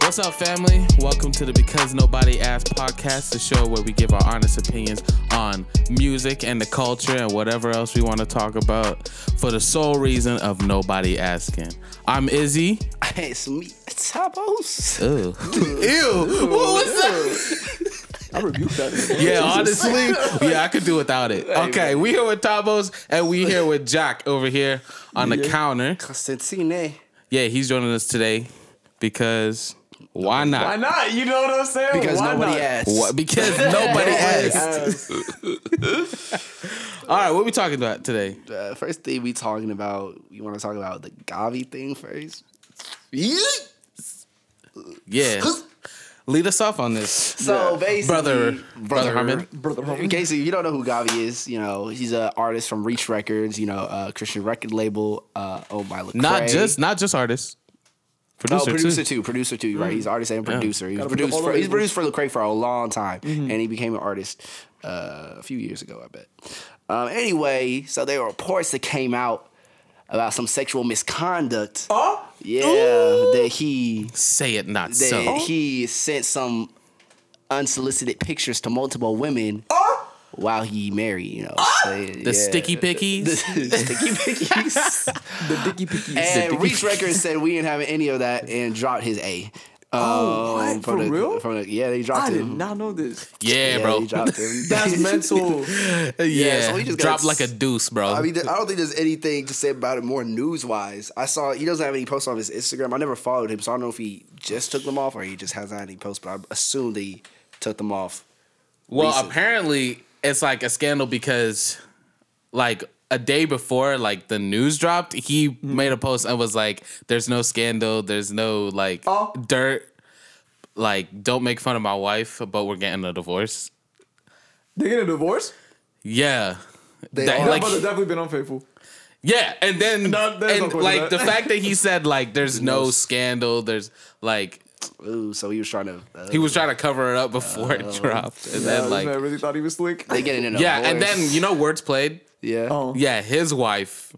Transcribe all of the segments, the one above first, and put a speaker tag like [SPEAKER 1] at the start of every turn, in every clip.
[SPEAKER 1] What's up, family? Welcome to the Because Nobody Asked podcast, the show where we give our honest opinions on music and the culture and whatever else we want to talk about for the sole reason of nobody asking. I'm Izzy.
[SPEAKER 2] Hey, it's me, Tabos.
[SPEAKER 1] Ew. Ew. What was that?
[SPEAKER 3] I rebuked that.
[SPEAKER 1] Yeah, honestly, yeah, I could do without it. Okay, we here with Tabos and we here with Jack over here on the counter.
[SPEAKER 2] Constantine.
[SPEAKER 1] Yeah, he's joining us today because why not?
[SPEAKER 3] Why not? You know what I'm saying?
[SPEAKER 2] Because
[SPEAKER 3] Why
[SPEAKER 2] nobody
[SPEAKER 3] not?
[SPEAKER 2] asked.
[SPEAKER 1] Why- Because nobody asked.
[SPEAKER 3] Yes.
[SPEAKER 1] All right, what we talking about today?
[SPEAKER 2] Uh, first thing we talking about, you want to talk about the Gavi thing first?
[SPEAKER 1] Yeah. Lead us off on this.
[SPEAKER 2] So basically,
[SPEAKER 1] Brother- Brother Harmon.
[SPEAKER 3] Brother
[SPEAKER 2] In case you don't know who Gavi is, you know he's an artist from Reach Records, you know uh, Christian record label. Uh, oh my, Lecrae.
[SPEAKER 1] Not just not just artists.
[SPEAKER 2] Oh,
[SPEAKER 1] Producer,
[SPEAKER 2] producer
[SPEAKER 1] too.
[SPEAKER 2] too. Producer too. Right, he's artist and producer. He's
[SPEAKER 3] Gotta be
[SPEAKER 2] produced.
[SPEAKER 3] all
[SPEAKER 2] For,
[SPEAKER 3] the Mm-hmm.
[SPEAKER 2] he's produced for Lecrae for a long time, and he became an artist uh, a few years ago, I bet. Um, anyway, so there were reports that came out about some sexual misconduct.
[SPEAKER 3] Oh,
[SPEAKER 2] Yeah, that he
[SPEAKER 1] Say it not
[SPEAKER 2] that
[SPEAKER 1] so.
[SPEAKER 2] he sent some unsolicited pictures to multiple women
[SPEAKER 3] oh.
[SPEAKER 2] while he married. You know,
[SPEAKER 3] Uh?
[SPEAKER 2] the
[SPEAKER 1] The sticky pickies.
[SPEAKER 2] sticky pickies.
[SPEAKER 3] The dicky pickies.
[SPEAKER 2] And Reach Records said we didn't have any of that and dropped his A. Um,
[SPEAKER 3] Oh, what?
[SPEAKER 2] from
[SPEAKER 3] For
[SPEAKER 2] the-
[SPEAKER 3] real?
[SPEAKER 2] From the, yeah, they dropped
[SPEAKER 3] I did
[SPEAKER 2] him.
[SPEAKER 3] not know this.
[SPEAKER 1] Yeah,
[SPEAKER 2] yeah,
[SPEAKER 1] bro.
[SPEAKER 2] They dropped him.
[SPEAKER 3] That's mental.
[SPEAKER 1] Yeah,
[SPEAKER 2] so we just
[SPEAKER 1] drop
[SPEAKER 2] gotta-
[SPEAKER 1] like a deuce, bro.
[SPEAKER 2] I mean, there- I don't think there's anything to say about it more news wise. I saw he doesn't have any posts on his Instagram. I never followed him, so I don't know if he just took them off or he just hasn't had any posts. But I assume that he took them off.
[SPEAKER 1] well,
[SPEAKER 2] recent.
[SPEAKER 1] apparently it's like a scandal because, like a day before, like the news dropped, he
[SPEAKER 3] Mm.
[SPEAKER 1] made a post and was like, "There's no scandal. There's no like
[SPEAKER 3] Oh.
[SPEAKER 1] dirt. Like, don't make fun of my wife, but we're getting a divorce."
[SPEAKER 3] They get a divorce?
[SPEAKER 1] Yeah. That-
[SPEAKER 2] are-
[SPEAKER 3] That
[SPEAKER 1] like,
[SPEAKER 3] brother's definitely been unfaithful.
[SPEAKER 1] yeah, and then
[SPEAKER 3] No, there's no
[SPEAKER 1] and
[SPEAKER 3] question
[SPEAKER 1] like
[SPEAKER 3] about
[SPEAKER 1] the
[SPEAKER 3] that.
[SPEAKER 1] fact that he said like there's no scandal, there's like
[SPEAKER 2] Ooh, so he was trying to. Uh,
[SPEAKER 1] he was trying to cover it up before
[SPEAKER 3] Uh,
[SPEAKER 1] it dropped, and
[SPEAKER 3] Nah,
[SPEAKER 1] then
[SPEAKER 3] this man
[SPEAKER 1] like
[SPEAKER 3] really thought he was slick.
[SPEAKER 2] they getting in. A
[SPEAKER 1] yeah, and
[SPEAKER 2] divorce.
[SPEAKER 1] then you know words played.
[SPEAKER 2] yeah.
[SPEAKER 3] Oh.
[SPEAKER 1] Yeah, his wife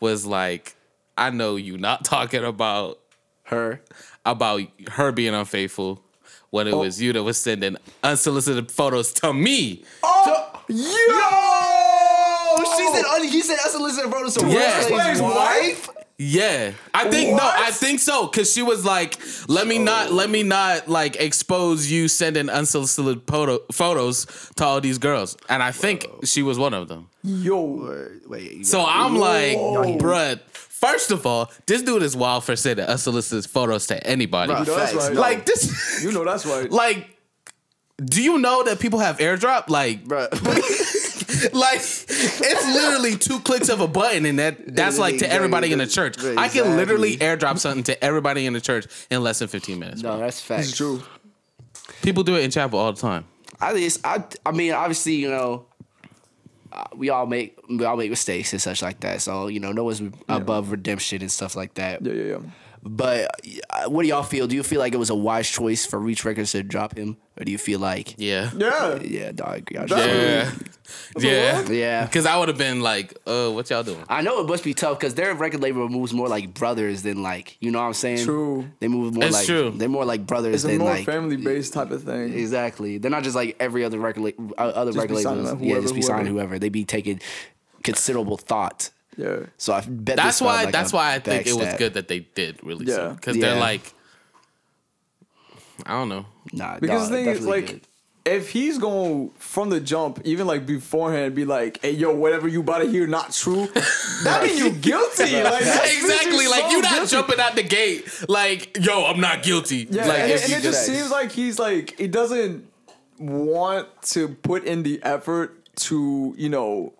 [SPEAKER 1] was like, I know you not talking about
[SPEAKER 2] her.
[SPEAKER 1] about her being unfaithful when
[SPEAKER 3] Oh.
[SPEAKER 1] it was you that was sending unsolicited photos to me.
[SPEAKER 3] Oh, yo!
[SPEAKER 2] She said un- he said unsolicited photos to
[SPEAKER 1] Yeah.
[SPEAKER 2] Wesley's
[SPEAKER 3] Wesley's
[SPEAKER 2] wife.
[SPEAKER 1] Yeah, I think no,
[SPEAKER 3] What?
[SPEAKER 1] I think so because she was like, "Let me not, let me not like expose you sending unsolicited photo- photos to all these girls," and I think she was one of them.
[SPEAKER 3] Yo.
[SPEAKER 2] Wait,
[SPEAKER 1] So I'm like,
[SPEAKER 3] Whoa.
[SPEAKER 1] bruh, first of all, this dude is wild for sending unsolicited photos to anybody.
[SPEAKER 2] Bruh.
[SPEAKER 3] You know that's
[SPEAKER 2] Facts.
[SPEAKER 3] right.
[SPEAKER 1] Like this,
[SPEAKER 3] you know that's right.
[SPEAKER 1] like, do you know that people have airdrop? Like,
[SPEAKER 2] bro.
[SPEAKER 1] like it's literally two clicks of a button and that that's like to
[SPEAKER 2] Exactly.
[SPEAKER 1] everybody in the church i can
[SPEAKER 2] Exactly.
[SPEAKER 1] literally airdrop something to everybody in the church in less than 15 minutes
[SPEAKER 2] no, that's
[SPEAKER 3] It's
[SPEAKER 2] facts.
[SPEAKER 3] true.
[SPEAKER 1] people do it in chapel all the time
[SPEAKER 2] I just, I, I mean, obviously, you know, uh, we all make we all make mistakes and such like that. So you know, no one's above redemption and stuff like that.
[SPEAKER 3] Yeah, yeah, yeah.
[SPEAKER 2] But uh, what do y'all feel? Do you feel like it was a wise choice for Reach Records to drop him, or do you feel like,
[SPEAKER 1] yeah
[SPEAKER 3] Yeah.
[SPEAKER 2] yeah, dog, y'all
[SPEAKER 3] That's-
[SPEAKER 2] should-
[SPEAKER 1] yeah yeah
[SPEAKER 2] yeah.
[SPEAKER 1] because i would have been like uh what y'all doing
[SPEAKER 2] I know it must be tough because their record label moves more like brothers than like you know what I'm saying.
[SPEAKER 3] True.
[SPEAKER 2] They move more
[SPEAKER 1] It's
[SPEAKER 2] like
[SPEAKER 1] true.
[SPEAKER 2] they're more like brothers
[SPEAKER 3] It's a
[SPEAKER 2] than
[SPEAKER 3] more
[SPEAKER 2] like
[SPEAKER 3] family based type of thing.
[SPEAKER 2] Exactly. They're not just like every other record la- uh, other
[SPEAKER 3] Just be
[SPEAKER 2] record
[SPEAKER 3] signing
[SPEAKER 2] labels.
[SPEAKER 3] like
[SPEAKER 2] yeah,
[SPEAKER 3] whoever,
[SPEAKER 2] just be
[SPEAKER 3] whoever.
[SPEAKER 2] signing whoever. They be taking considerable thought.
[SPEAKER 3] Yeah.
[SPEAKER 2] So I bet
[SPEAKER 1] that's
[SPEAKER 2] this felt
[SPEAKER 1] why
[SPEAKER 2] like
[SPEAKER 1] that's
[SPEAKER 2] a
[SPEAKER 1] why i think it was
[SPEAKER 2] backstab.
[SPEAKER 1] good that they did release
[SPEAKER 3] Yeah.
[SPEAKER 1] because
[SPEAKER 2] Yeah.
[SPEAKER 1] they're like i don't know
[SPEAKER 2] Nah,
[SPEAKER 3] Because
[SPEAKER 2] nah,
[SPEAKER 3] the thing is,
[SPEAKER 2] definitely
[SPEAKER 3] like,
[SPEAKER 2] good.
[SPEAKER 3] if he's going from the jump, even like beforehand, be like, "Hey, yo, whatever you about to hear, not true." that mean you guilty. Like that means
[SPEAKER 1] exactly like
[SPEAKER 3] so
[SPEAKER 1] you're not
[SPEAKER 3] guilty.
[SPEAKER 1] jumping out the gate like yo i'm not guilty
[SPEAKER 3] Yeah,
[SPEAKER 1] like
[SPEAKER 3] and,
[SPEAKER 1] if
[SPEAKER 3] it, and
[SPEAKER 1] you
[SPEAKER 3] it just
[SPEAKER 1] did-
[SPEAKER 3] seems like he's like he doesn't want to put in the effort to you know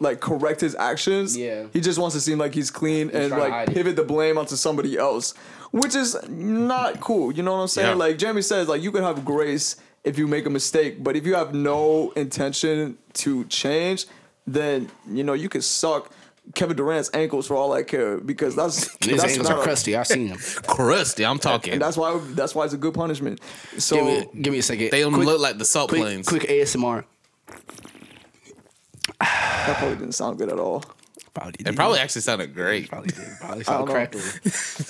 [SPEAKER 3] like correct his actions.
[SPEAKER 2] Yeah.
[SPEAKER 3] he just wants to seem like he's clean and
[SPEAKER 2] trying to hide
[SPEAKER 3] like
[SPEAKER 2] it.
[SPEAKER 3] pivot the blame onto somebody else, which is not cool. You know what I'm saying?
[SPEAKER 1] Yeah.
[SPEAKER 3] Like Jeremy says, like you can have grace if you make a mistake, but if you have no intention to change, then you know you could suck. Kevin Durant's ankles for all I care because that's
[SPEAKER 2] His
[SPEAKER 3] that's
[SPEAKER 2] ankles
[SPEAKER 3] not
[SPEAKER 2] are
[SPEAKER 3] a-
[SPEAKER 2] crusty. I've seen them.
[SPEAKER 1] crusty i'm talking
[SPEAKER 3] and that's why that's why it's a good punishment. So
[SPEAKER 2] give, me, give me a second.
[SPEAKER 1] They don't
[SPEAKER 2] quick,
[SPEAKER 1] look like the salt
[SPEAKER 2] quick,
[SPEAKER 1] planes.
[SPEAKER 2] Quick ASMR.
[SPEAKER 3] that probably didn't sound good at all.
[SPEAKER 2] Probably
[SPEAKER 1] It
[SPEAKER 2] did.
[SPEAKER 1] probably actually sounded great.
[SPEAKER 2] Probably did. Probably sounded
[SPEAKER 3] know.
[SPEAKER 2] crackly.
[SPEAKER 3] I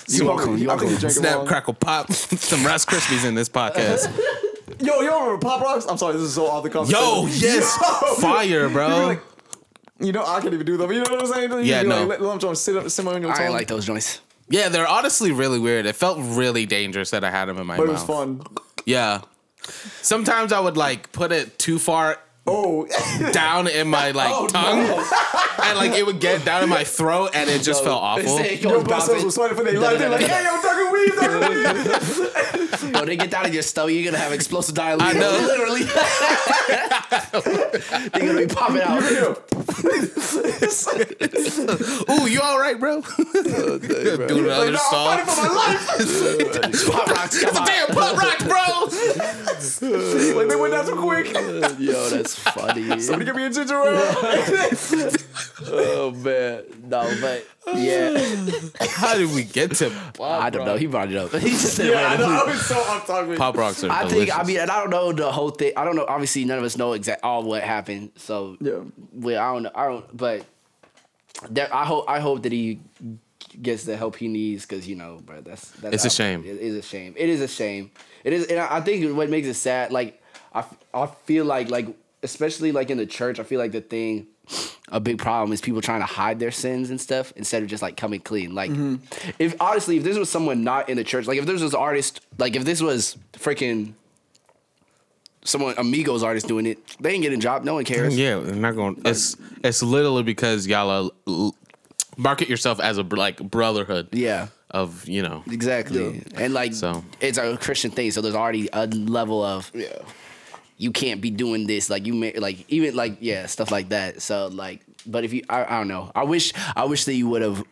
[SPEAKER 2] You welcome.
[SPEAKER 3] couldn't-
[SPEAKER 2] You
[SPEAKER 3] I
[SPEAKER 2] welcome.
[SPEAKER 3] couldn't drink it
[SPEAKER 1] Snap,
[SPEAKER 3] wrong.
[SPEAKER 1] crackle, pop. Some Rice Krispies in this podcast.
[SPEAKER 3] Yo, yo, remember Pop Rocks? I'm sorry, this is so off the conversation.
[SPEAKER 1] Yo, yes,
[SPEAKER 3] Yo.
[SPEAKER 1] fire,
[SPEAKER 3] You'd be
[SPEAKER 1] bro.
[SPEAKER 3] like, you know, I can't even do that. But you know what I'm saying? You'd
[SPEAKER 1] Yeah,
[SPEAKER 3] be
[SPEAKER 1] no.
[SPEAKER 3] Like, let, let them try to sit up, sit on your
[SPEAKER 2] I
[SPEAKER 3] tongue.
[SPEAKER 2] ain't like those joints.
[SPEAKER 1] Yeah, they're honestly really weird. It felt really dangerous that I had them in my
[SPEAKER 3] but it was
[SPEAKER 1] mouth.
[SPEAKER 3] fun.
[SPEAKER 1] Yeah. Sometimes I would like put it too far
[SPEAKER 3] Oh,
[SPEAKER 1] down in my like tongue, and like it would get down in my throat, and it just felt awful.
[SPEAKER 2] They
[SPEAKER 3] your blood cells were sweating for their life. They're like, hey, yo, Tucker Weave, Tucker Weave.
[SPEAKER 2] Yo, they get down in your stomach, you're gonna have explosive diarrhea.
[SPEAKER 1] I know.
[SPEAKER 2] Literally. They're gonna be popping out.
[SPEAKER 1] Ooh, you all right, bro? Doing
[SPEAKER 3] Like,
[SPEAKER 1] another
[SPEAKER 3] no, I'm fighting
[SPEAKER 1] song.
[SPEAKER 3] for my life.
[SPEAKER 2] Pop rocks, come
[SPEAKER 1] It's a
[SPEAKER 2] on.
[SPEAKER 1] damn pop rock, bro.
[SPEAKER 3] like, they went down too quick.
[SPEAKER 2] Yo, that's funny.
[SPEAKER 3] Somebody give me a ginger ale.
[SPEAKER 2] oh man, no, but yeah,
[SPEAKER 1] How did we get to
[SPEAKER 2] I don't know. He brought it up. He just said
[SPEAKER 3] yeah, I
[SPEAKER 2] randomly.
[SPEAKER 3] know. I was so off topic.
[SPEAKER 1] pop rocks? Are
[SPEAKER 2] I
[SPEAKER 1] delicious.
[SPEAKER 2] think I mean, and I don't know the whole thing. I don't know. Obviously, none of us know exact all what happened. So
[SPEAKER 3] Yeah.
[SPEAKER 2] we, I don't know. I don't. But there, I hope I hope that he gets the help he needs because you know, bro, that's that's
[SPEAKER 1] It's a shame.
[SPEAKER 2] It is a shame. It is a shame. It is, and I I think what makes it sad, like I, f- I feel like like especially like in the church, I feel like the thing. A big problem is people trying to hide their sins and stuff instead of just like coming clean. Like, if honestly, if this was someone not in the church, like if this was an artist, like if this was freaking someone Amigos artist doing it, they ain't getting dropped. No one cares.
[SPEAKER 1] Yeah, they're not going. to It's it's literally because y'all are, l- market yourself as a br- like brotherhood.
[SPEAKER 2] Yeah.
[SPEAKER 1] Of you know.
[SPEAKER 2] Exactly. And like
[SPEAKER 1] So.
[SPEAKER 2] it's a Christian thing, so there's already a level of
[SPEAKER 3] Yeah.
[SPEAKER 2] you can't be doing this. Like you may like even like yeah, stuff like that. So like but if you I, I don't know. I wish I wish that you would have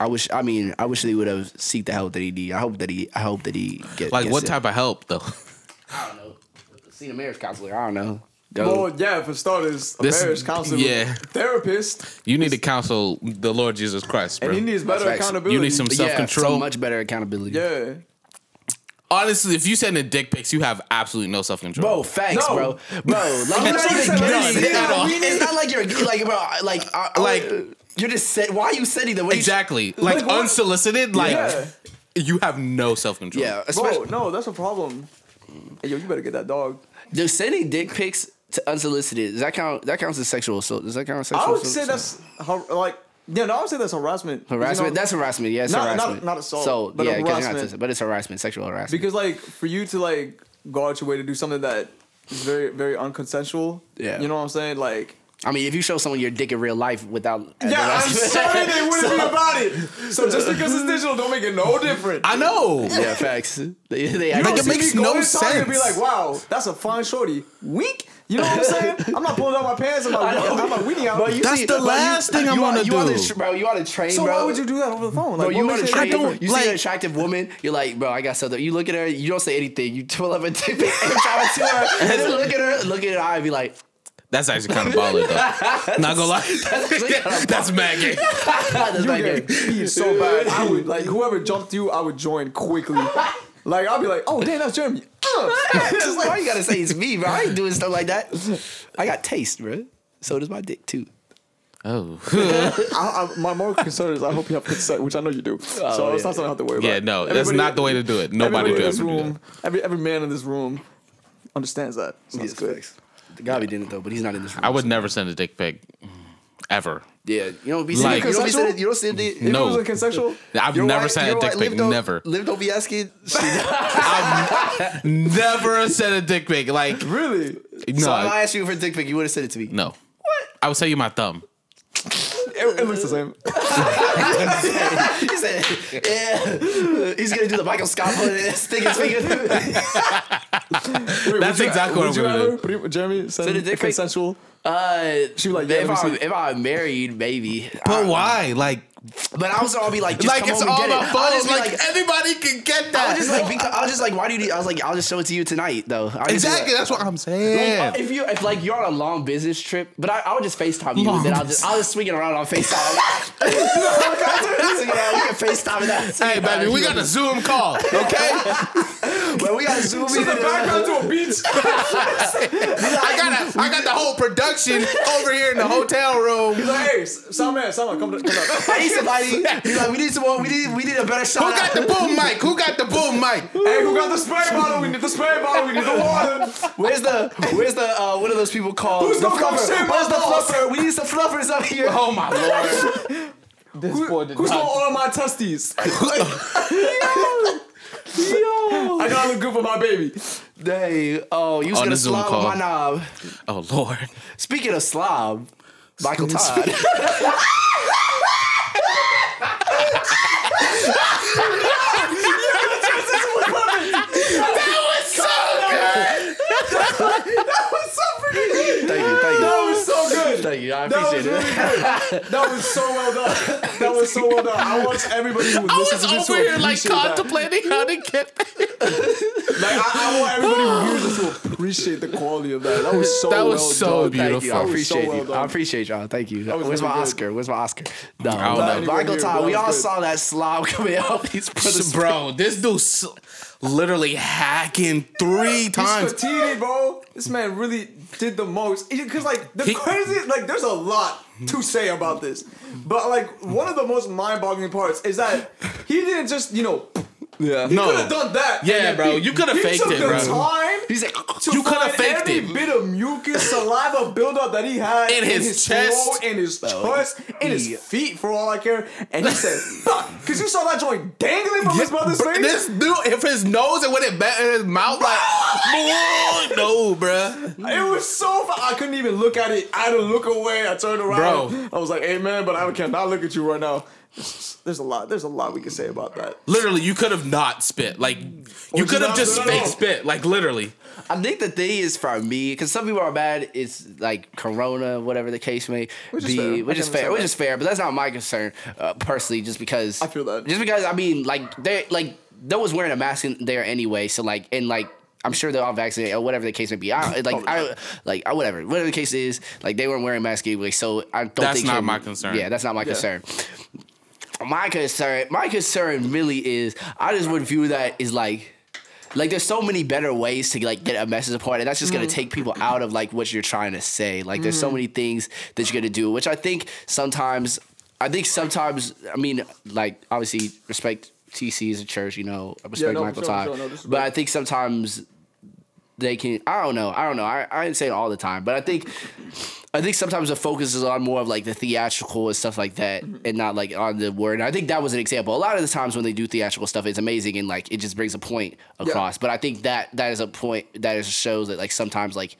[SPEAKER 2] I wish I mean I wish that he would have seek the help that he need. I hope that he I hope that he get,
[SPEAKER 1] Like
[SPEAKER 2] gets
[SPEAKER 1] what
[SPEAKER 2] it.
[SPEAKER 1] type of help though?
[SPEAKER 2] I don't know. See the marriage counselor. I don't know. Go.
[SPEAKER 3] Well, yeah, for starters, a
[SPEAKER 1] This-
[SPEAKER 3] marriage counselor,
[SPEAKER 1] yeah.
[SPEAKER 3] therapist,
[SPEAKER 1] You need to counsel the Lord Jesus Christ, bro.
[SPEAKER 3] and he needs better
[SPEAKER 2] That's facts.
[SPEAKER 3] accountability.
[SPEAKER 1] You need some self
[SPEAKER 2] Yeah,
[SPEAKER 1] control.
[SPEAKER 2] so much better accountability.
[SPEAKER 3] Yeah.
[SPEAKER 1] Honestly, if you send in dick pics, you have absolutely no self control.
[SPEAKER 2] Bro, facts,
[SPEAKER 3] No.
[SPEAKER 2] bro. Bro, like,
[SPEAKER 1] I'm
[SPEAKER 2] you're not
[SPEAKER 1] not
[SPEAKER 2] even
[SPEAKER 1] even
[SPEAKER 2] getting
[SPEAKER 1] saying
[SPEAKER 2] it
[SPEAKER 1] that
[SPEAKER 2] at all.
[SPEAKER 1] at all.
[SPEAKER 2] It's not like you're like, bro, like, I, like
[SPEAKER 1] Like-
[SPEAKER 2] you're just said. Why are you sending them? What you-
[SPEAKER 1] Exactly. Like,
[SPEAKER 3] Like, what-
[SPEAKER 1] unsolicited, like
[SPEAKER 3] Yeah.
[SPEAKER 1] you have no self control.
[SPEAKER 2] yeah,
[SPEAKER 3] Bro,
[SPEAKER 2] especially
[SPEAKER 3] no, that's a problem. Hey, yo, you better get that dog.
[SPEAKER 2] they're sending dick pics to unsolicited. Does that count? That counts as sexual assault. Does that count as sexual?
[SPEAKER 3] I would
[SPEAKER 2] assault?
[SPEAKER 3] say that's har- like yeah, no, I would say that's harassment. 'Cause, you know,
[SPEAKER 2] harassment. that's harassment. Yeah, it's
[SPEAKER 3] Not- not-
[SPEAKER 2] harassment.
[SPEAKER 3] not assault,
[SPEAKER 2] So
[SPEAKER 3] but
[SPEAKER 2] yeah, 'cause you're not
[SPEAKER 3] harassment.
[SPEAKER 2] assault, but it's harassment, sexual harassment.
[SPEAKER 3] because like for you to like go out your way to do something that is very very unconsensual.
[SPEAKER 2] Yeah.
[SPEAKER 3] you know what I'm saying? Like
[SPEAKER 2] I mean, if you show someone your dick in real life without
[SPEAKER 3] yeah, I'm
[SPEAKER 2] harassment-
[SPEAKER 3] sorry they wouldn't be about it. So just because it's digital, don't make it no different.
[SPEAKER 1] I know.
[SPEAKER 2] yeah, facts. They, they
[SPEAKER 3] You
[SPEAKER 2] act-
[SPEAKER 3] don't
[SPEAKER 1] Like, it
[SPEAKER 3] see
[SPEAKER 1] makes
[SPEAKER 3] me
[SPEAKER 1] no
[SPEAKER 3] go in Target And be
[SPEAKER 1] sense.
[SPEAKER 3] like, wow, that's a fine shorty. Weak. You know what I'm saying? I'm not pulling down my pants. I'm like, I'm not weenie out.
[SPEAKER 2] But you
[SPEAKER 1] That's
[SPEAKER 2] see-
[SPEAKER 1] the
[SPEAKER 2] but you-
[SPEAKER 1] last thing I
[SPEAKER 2] you
[SPEAKER 1] wanna
[SPEAKER 2] on- you on
[SPEAKER 1] do.
[SPEAKER 2] the tr- bro. You on a train,
[SPEAKER 3] so
[SPEAKER 2] bro.
[SPEAKER 3] why would you do that over the phone? Like,
[SPEAKER 2] Bro, you
[SPEAKER 3] what
[SPEAKER 2] want
[SPEAKER 3] makes
[SPEAKER 2] to
[SPEAKER 3] it
[SPEAKER 2] try
[SPEAKER 1] attractive-
[SPEAKER 3] attractive?
[SPEAKER 1] don't-
[SPEAKER 2] You see
[SPEAKER 1] like-
[SPEAKER 2] an attractive woman, you're like, bro, I got something. You look at her, you don't say anything. You pull up and tip it and try to her, and then look at her, look at her eye, and be like,
[SPEAKER 1] That's actually kind of baller though. Not gonna lie. That's mad gay.
[SPEAKER 2] that's
[SPEAKER 3] You
[SPEAKER 2] like
[SPEAKER 3] get
[SPEAKER 2] it.
[SPEAKER 3] beat so bad. I would like whoever jumped you, I would join quickly. Like I'll be like, oh damn, that's Jeremy. Uh.
[SPEAKER 2] Just like, why you gotta say it's me, bro? I ain't doing stuff like that. I got taste, bro. So does my dick too.
[SPEAKER 1] Oh.
[SPEAKER 3] I, I, my moral concern is I hope you have consent, which I know you do. so it's
[SPEAKER 2] Oh, yeah.
[SPEAKER 3] not something I have to worry
[SPEAKER 1] Yeah,
[SPEAKER 3] about.
[SPEAKER 1] no, that's
[SPEAKER 3] Everybody-
[SPEAKER 1] not the way to do it. Nobody
[SPEAKER 3] everybody in
[SPEAKER 1] do
[SPEAKER 3] this
[SPEAKER 1] ever do
[SPEAKER 3] room, every every man in this room understands that. So that's good.
[SPEAKER 2] Gabi didn't though, but he's not in this room.
[SPEAKER 1] I would never send a dick pic. mm, Ever.
[SPEAKER 2] Yeah, you don't be
[SPEAKER 1] Like-
[SPEAKER 2] like, you don't be sending, you don't send it.
[SPEAKER 3] If
[SPEAKER 1] No.
[SPEAKER 3] it was unconsensual,
[SPEAKER 1] I've
[SPEAKER 2] Your
[SPEAKER 1] never
[SPEAKER 2] wife-
[SPEAKER 1] sent
[SPEAKER 2] your
[SPEAKER 1] a dick
[SPEAKER 2] wife
[SPEAKER 1] pic.
[SPEAKER 2] lived on-
[SPEAKER 1] Never.
[SPEAKER 2] Lived don't be asking.
[SPEAKER 1] Never sent a dick pic. Like no.
[SPEAKER 3] really.
[SPEAKER 2] so if I asked you for a dick pic, you would have sent it to me.
[SPEAKER 1] no. What? I would tell you my thumb.
[SPEAKER 3] It, it looks the same.
[SPEAKER 2] He said, yeah, he's gonna do the Michael Scott put it, stick his finger through.
[SPEAKER 3] Wait,
[SPEAKER 1] That's
[SPEAKER 3] would you-
[SPEAKER 1] exactly what
[SPEAKER 3] would
[SPEAKER 1] I'm
[SPEAKER 3] you
[SPEAKER 1] gonna
[SPEAKER 3] ever, pretty- Jeremy, send
[SPEAKER 2] a dick
[SPEAKER 3] a
[SPEAKER 2] pic?
[SPEAKER 3] consensual.
[SPEAKER 2] Uh,
[SPEAKER 3] She was like, yeah,
[SPEAKER 2] if,
[SPEAKER 3] let me
[SPEAKER 2] I'm,
[SPEAKER 3] see.
[SPEAKER 2] if I'm married, maybe. Um,
[SPEAKER 1] But
[SPEAKER 2] I-
[SPEAKER 1] why? Like
[SPEAKER 2] But I was all be like, just
[SPEAKER 1] like
[SPEAKER 2] come
[SPEAKER 1] it's
[SPEAKER 2] home
[SPEAKER 1] all
[SPEAKER 2] and get
[SPEAKER 1] my
[SPEAKER 2] it.
[SPEAKER 1] fault.
[SPEAKER 2] I'll just be
[SPEAKER 1] Like, eh.
[SPEAKER 2] like,
[SPEAKER 1] everybody can get
[SPEAKER 2] I
[SPEAKER 1] that.
[SPEAKER 2] was just like, because, I was just like, why do you? Need, I was like, I'll just show it to you tonight, though. I'll just be
[SPEAKER 1] exactly.
[SPEAKER 2] like-
[SPEAKER 1] That's what I'm saying.
[SPEAKER 2] If you if like you're on a long business trip, but I, I would just FaceTime you,
[SPEAKER 1] Long
[SPEAKER 2] and then I'll just I'll just swing it around on FaceTime. Swing it around, we can FaceTime and that.
[SPEAKER 1] Hey, baby, we got a Zoom call, okay?
[SPEAKER 2] Bro, we gotta zoom in.
[SPEAKER 3] to a beach.
[SPEAKER 1] I got a, I got the whole production over here in the hotel room.
[SPEAKER 3] He's like, hey, sound man, sound man, come to, come up.
[SPEAKER 2] Hey, somebody. He's like, we need some more. We need. We need a better shot.
[SPEAKER 1] Who got the boom mic? Who got the boom mic?
[SPEAKER 3] Hey, who got the spray bottle? We need the spray bottle. We need the water.
[SPEAKER 2] Where's the Where's the uh, What are those people called?
[SPEAKER 3] Who's
[SPEAKER 2] the
[SPEAKER 3] gonna come save my
[SPEAKER 2] Where's the
[SPEAKER 3] balls?
[SPEAKER 2] fluffer? We need some fluffers up here.
[SPEAKER 1] Oh my lord!
[SPEAKER 3] Who- who's gonna order my testes? I gotta look good for my baby.
[SPEAKER 2] Dang. Oh, you was
[SPEAKER 1] On
[SPEAKER 2] gonna
[SPEAKER 1] the Zoom
[SPEAKER 2] slob
[SPEAKER 1] call.
[SPEAKER 2] on my knob.
[SPEAKER 1] Oh lord!
[SPEAKER 2] Speaking of slob, Michael Todd. Thank you, thank you,
[SPEAKER 3] That was so good.
[SPEAKER 2] thank you. I
[SPEAKER 3] That was
[SPEAKER 2] appreciate
[SPEAKER 3] really
[SPEAKER 2] it.
[SPEAKER 3] good. That was so well done. That was so well done. I want everybody who was
[SPEAKER 1] I
[SPEAKER 3] listening
[SPEAKER 1] was
[SPEAKER 3] to this to
[SPEAKER 1] over here like
[SPEAKER 3] appreciate that.
[SPEAKER 1] contemplating how to get.
[SPEAKER 3] Like, I, I want everybody who hears this to appreciate the quality of that. That was so
[SPEAKER 1] That was
[SPEAKER 3] well
[SPEAKER 1] so
[SPEAKER 3] done.
[SPEAKER 1] beautiful.
[SPEAKER 2] Thank you. I
[SPEAKER 1] That
[SPEAKER 3] was so
[SPEAKER 2] appreciate
[SPEAKER 3] well
[SPEAKER 2] you. I
[SPEAKER 3] done.
[SPEAKER 2] appreciate y'all. Thank you.
[SPEAKER 3] was
[SPEAKER 2] Where's my
[SPEAKER 3] really good.
[SPEAKER 2] Oscar? Where's my Oscar? No,
[SPEAKER 1] I don't know.
[SPEAKER 2] no. Michael
[SPEAKER 3] Here,
[SPEAKER 2] Todd.
[SPEAKER 3] that
[SPEAKER 2] We
[SPEAKER 3] was
[SPEAKER 2] all
[SPEAKER 3] good.
[SPEAKER 2] saw that slob coming out. He's pretty
[SPEAKER 1] Bro, this dude s- literally hacking three
[SPEAKER 3] He's
[SPEAKER 1] times.
[SPEAKER 3] fatigued, bro. This man really did the most. Because, like, the
[SPEAKER 1] He-
[SPEAKER 3] crazy, like, there's a lot to say about this. But, like, one of the most mind boggling parts is that he didn't just, you know,
[SPEAKER 2] Yeah.
[SPEAKER 3] he
[SPEAKER 1] No.
[SPEAKER 3] could have done that.
[SPEAKER 1] Yeah,
[SPEAKER 3] and then
[SPEAKER 1] bro,
[SPEAKER 3] he-
[SPEAKER 1] you coulda
[SPEAKER 3] he
[SPEAKER 1] faked
[SPEAKER 3] took
[SPEAKER 1] it,
[SPEAKER 3] the
[SPEAKER 1] bro.
[SPEAKER 3] Time
[SPEAKER 2] He's like,
[SPEAKER 3] to
[SPEAKER 1] You coulda
[SPEAKER 3] find
[SPEAKER 1] faked
[SPEAKER 3] every
[SPEAKER 1] it.
[SPEAKER 3] bit of mucus, saliva buildup that he had
[SPEAKER 1] In his chest.
[SPEAKER 3] throat, in his chest, in his
[SPEAKER 2] Yeah.
[SPEAKER 3] feet, for all I care. And he said, "Fuck," because you saw that joint dangling from his mother's
[SPEAKER 1] Bro,
[SPEAKER 3] face.
[SPEAKER 1] This dude, if his nose and when it bent in his mouth, like, no, bruh.
[SPEAKER 3] It was so far. I couldn't even look at it. I had to look away. I turned around.
[SPEAKER 1] Bro.
[SPEAKER 3] I was like, hey, man, but I cannot look at you right now. There's a lot. There's a lot we can say about that.
[SPEAKER 1] Literally, you could have not spit. Like, you could have
[SPEAKER 3] not
[SPEAKER 1] just
[SPEAKER 3] spit at
[SPEAKER 1] fake
[SPEAKER 3] all.
[SPEAKER 1] spit. Like, literally.
[SPEAKER 2] I think the thing is for me, because some people are mad. It's like Corona, whatever the case may
[SPEAKER 3] Which is
[SPEAKER 2] be,
[SPEAKER 3] fair.
[SPEAKER 2] which
[SPEAKER 3] I
[SPEAKER 2] is
[SPEAKER 3] can
[SPEAKER 2] fair,
[SPEAKER 3] understand
[SPEAKER 2] which
[SPEAKER 3] that.
[SPEAKER 2] is fair. But that's not my concern uh, personally, just because
[SPEAKER 3] I feel that.
[SPEAKER 2] Just because I mean, like they like no one's wearing a mask in there anyway. So like and like. I'm sure they're all vaccinated or whatever the case may be. I, like, I, like, I, whatever, whatever the case is, like they weren't wearing masks anyway. So I don't
[SPEAKER 1] That's
[SPEAKER 2] think
[SPEAKER 1] not
[SPEAKER 2] him-
[SPEAKER 1] my concern.
[SPEAKER 2] Yeah, that's not my concern. My concern, my concern really is, I just would view that as like like there's so many better ways to like get a message apart and that's just gonna
[SPEAKER 3] Mm.
[SPEAKER 2] take people out of like what you're trying to say like there's so many things that you're gonna do which i think sometimes i think sometimes i mean like obviously respect tc as a church you know I respect
[SPEAKER 3] no, for
[SPEAKER 2] michael
[SPEAKER 3] sure, for
[SPEAKER 2] todd
[SPEAKER 3] sure, no, this is
[SPEAKER 2] but
[SPEAKER 3] great.
[SPEAKER 2] i think sometimes they can i don't know i don't know i, I didn't say it all the time but i think i think sometimes the focus is on more of like the theatrical and stuff like that
[SPEAKER 3] Mm-hmm.
[SPEAKER 2] and not like on the word and i think that was an example a lot of the times when they do theatrical stuff it's amazing and like it just brings a point across but i think that that is a point that is shows that like sometimes like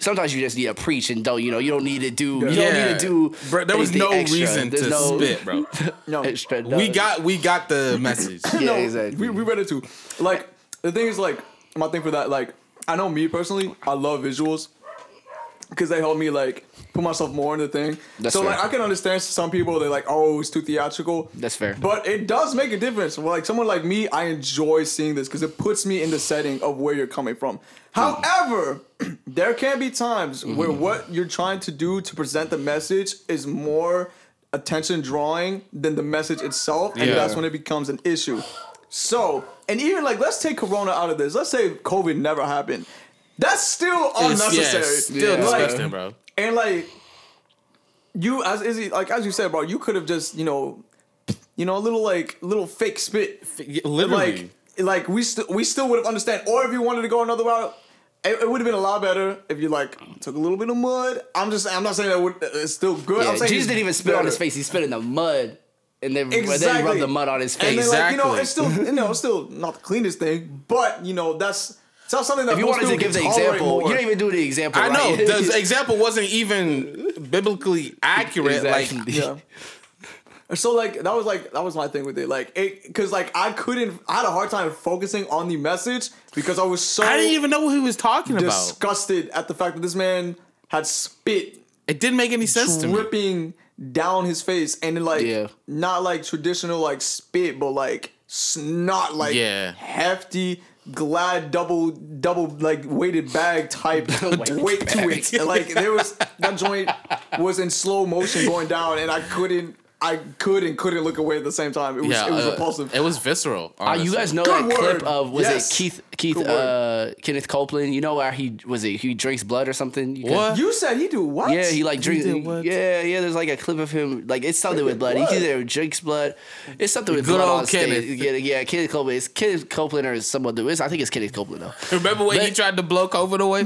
[SPEAKER 2] Sometimes you just need to preach and don't you know you don't need to do you don't need to do.
[SPEAKER 1] Bro, there was
[SPEAKER 2] anything
[SPEAKER 1] no
[SPEAKER 2] extra.
[SPEAKER 1] reason
[SPEAKER 2] There's
[SPEAKER 1] to
[SPEAKER 2] no
[SPEAKER 1] spit, bro.
[SPEAKER 3] No,
[SPEAKER 2] Extra,
[SPEAKER 1] We
[SPEAKER 2] no.
[SPEAKER 1] got we got the message.
[SPEAKER 2] yeah
[SPEAKER 3] No,
[SPEAKER 2] exactly.
[SPEAKER 3] We, we read it too. Like, the thing is, like, my thing for that, like, I know me personally, I love visuals because they help me, like, put myself more in the thing.
[SPEAKER 2] That's
[SPEAKER 3] so,
[SPEAKER 2] fair.
[SPEAKER 3] like, I can understand some people, they're like, oh, it's too theatrical.
[SPEAKER 2] That's fair.
[SPEAKER 3] But it does make a difference. Well, like, someone like me, I enjoy seeing this because it puts me in the setting of where you're coming from.
[SPEAKER 1] Hmm.
[SPEAKER 3] However, there can be times
[SPEAKER 1] Mm-hmm.
[SPEAKER 3] where what you're trying to do to present the message is more attention drawing than the message itself. And
[SPEAKER 1] Yeah.
[SPEAKER 3] that's when it becomes an issue. So, and even like, let's take Corona out of this. Let's say COVID never happened. That's still unnecessary.
[SPEAKER 1] It's- yeah, it's still
[SPEAKER 3] Like,
[SPEAKER 1] disgusting, bro.
[SPEAKER 3] And like, you as Izzy, like as you said, bro, you could have just you know, you know, a little like little fake spit,
[SPEAKER 1] Literally.
[SPEAKER 3] like like we still we still would have understand. Or if you wanted to go another route. It, it would have been a lot better if you like took a little bit of mud. I'm just I'm not saying that would, uh, it's still good.
[SPEAKER 2] Yeah,
[SPEAKER 3] I'm saying
[SPEAKER 2] Jesus
[SPEAKER 3] it's
[SPEAKER 2] didn't even spit on his
[SPEAKER 3] better.
[SPEAKER 2] face. He spit in the mud, and then and
[SPEAKER 3] Exactly.
[SPEAKER 2] then rubbed the mud on his face.
[SPEAKER 3] And then, like, you know,
[SPEAKER 1] Exactly.
[SPEAKER 3] it's still you know, it's still not the cleanest thing, but you know, that's it's not something that
[SPEAKER 2] if you
[SPEAKER 3] most
[SPEAKER 2] wanted to give
[SPEAKER 3] people
[SPEAKER 2] the
[SPEAKER 3] can tolerate
[SPEAKER 2] example,
[SPEAKER 3] more.
[SPEAKER 2] you didn't even do the example.
[SPEAKER 1] I know
[SPEAKER 2] right?
[SPEAKER 1] the example wasn't even biblically accurate. Like,
[SPEAKER 2] Exactly.
[SPEAKER 3] yeah. So like that was like that was my thing with it like it because like I couldn't I had a hard time focusing on the message because I was so
[SPEAKER 1] I didn't even know what he was talking about.
[SPEAKER 3] disgusted at the fact that this man had spit
[SPEAKER 1] It didn't make any sense to me.
[SPEAKER 3] dripping down his face and then, like
[SPEAKER 2] Yeah.
[SPEAKER 3] not like traditional like spit but like snot like
[SPEAKER 1] Yeah.
[SPEAKER 3] hefty glad double double like weighted bag type weight to it And, like there was that joint was in slow motion going down and I couldn't I could and couldn't look away at the same time. It was,
[SPEAKER 1] yeah,
[SPEAKER 3] it was
[SPEAKER 1] uh,
[SPEAKER 3] repulsive.
[SPEAKER 1] It was visceral.
[SPEAKER 2] Uh, you
[SPEAKER 1] honestly.
[SPEAKER 2] guys know
[SPEAKER 3] Good
[SPEAKER 2] that clip
[SPEAKER 3] word.
[SPEAKER 2] of was
[SPEAKER 3] Yes.
[SPEAKER 2] it Keith Keith
[SPEAKER 3] Good
[SPEAKER 2] uh, Kenneth Copeland? You know where he was it he drinks blood or something? You guys-
[SPEAKER 1] What?
[SPEAKER 3] you said he do what?
[SPEAKER 2] Yeah, he like drinks.
[SPEAKER 1] did what?
[SPEAKER 2] Yeah, yeah. There's like a clip of him. Like it's something with blood.
[SPEAKER 3] blood.
[SPEAKER 2] He either drinks blood. It's something with
[SPEAKER 1] Good
[SPEAKER 2] blood
[SPEAKER 1] old
[SPEAKER 2] on stage.
[SPEAKER 1] Kenneth.
[SPEAKER 2] Yeah, yeah, Kenneth Copeland. It's Kenneth Copeland or someone. It's, I think it's Kenneth Copeland though.
[SPEAKER 1] Remember when he tried to blow COVID away?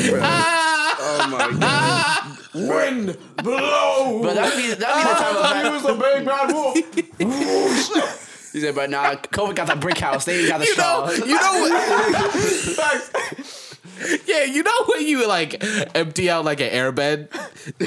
[SPEAKER 4] Oh my god.
[SPEAKER 3] wind blow.
[SPEAKER 2] But that'd be that'd be the type of.
[SPEAKER 3] he was a big bad wolf.
[SPEAKER 2] He said, "But nah, Copeland got the brick house. They ain't got the
[SPEAKER 1] you
[SPEAKER 2] straw."
[SPEAKER 1] know, you know what?
[SPEAKER 3] Facts.
[SPEAKER 1] Yeah, you know when you like empty out like an airbed? he,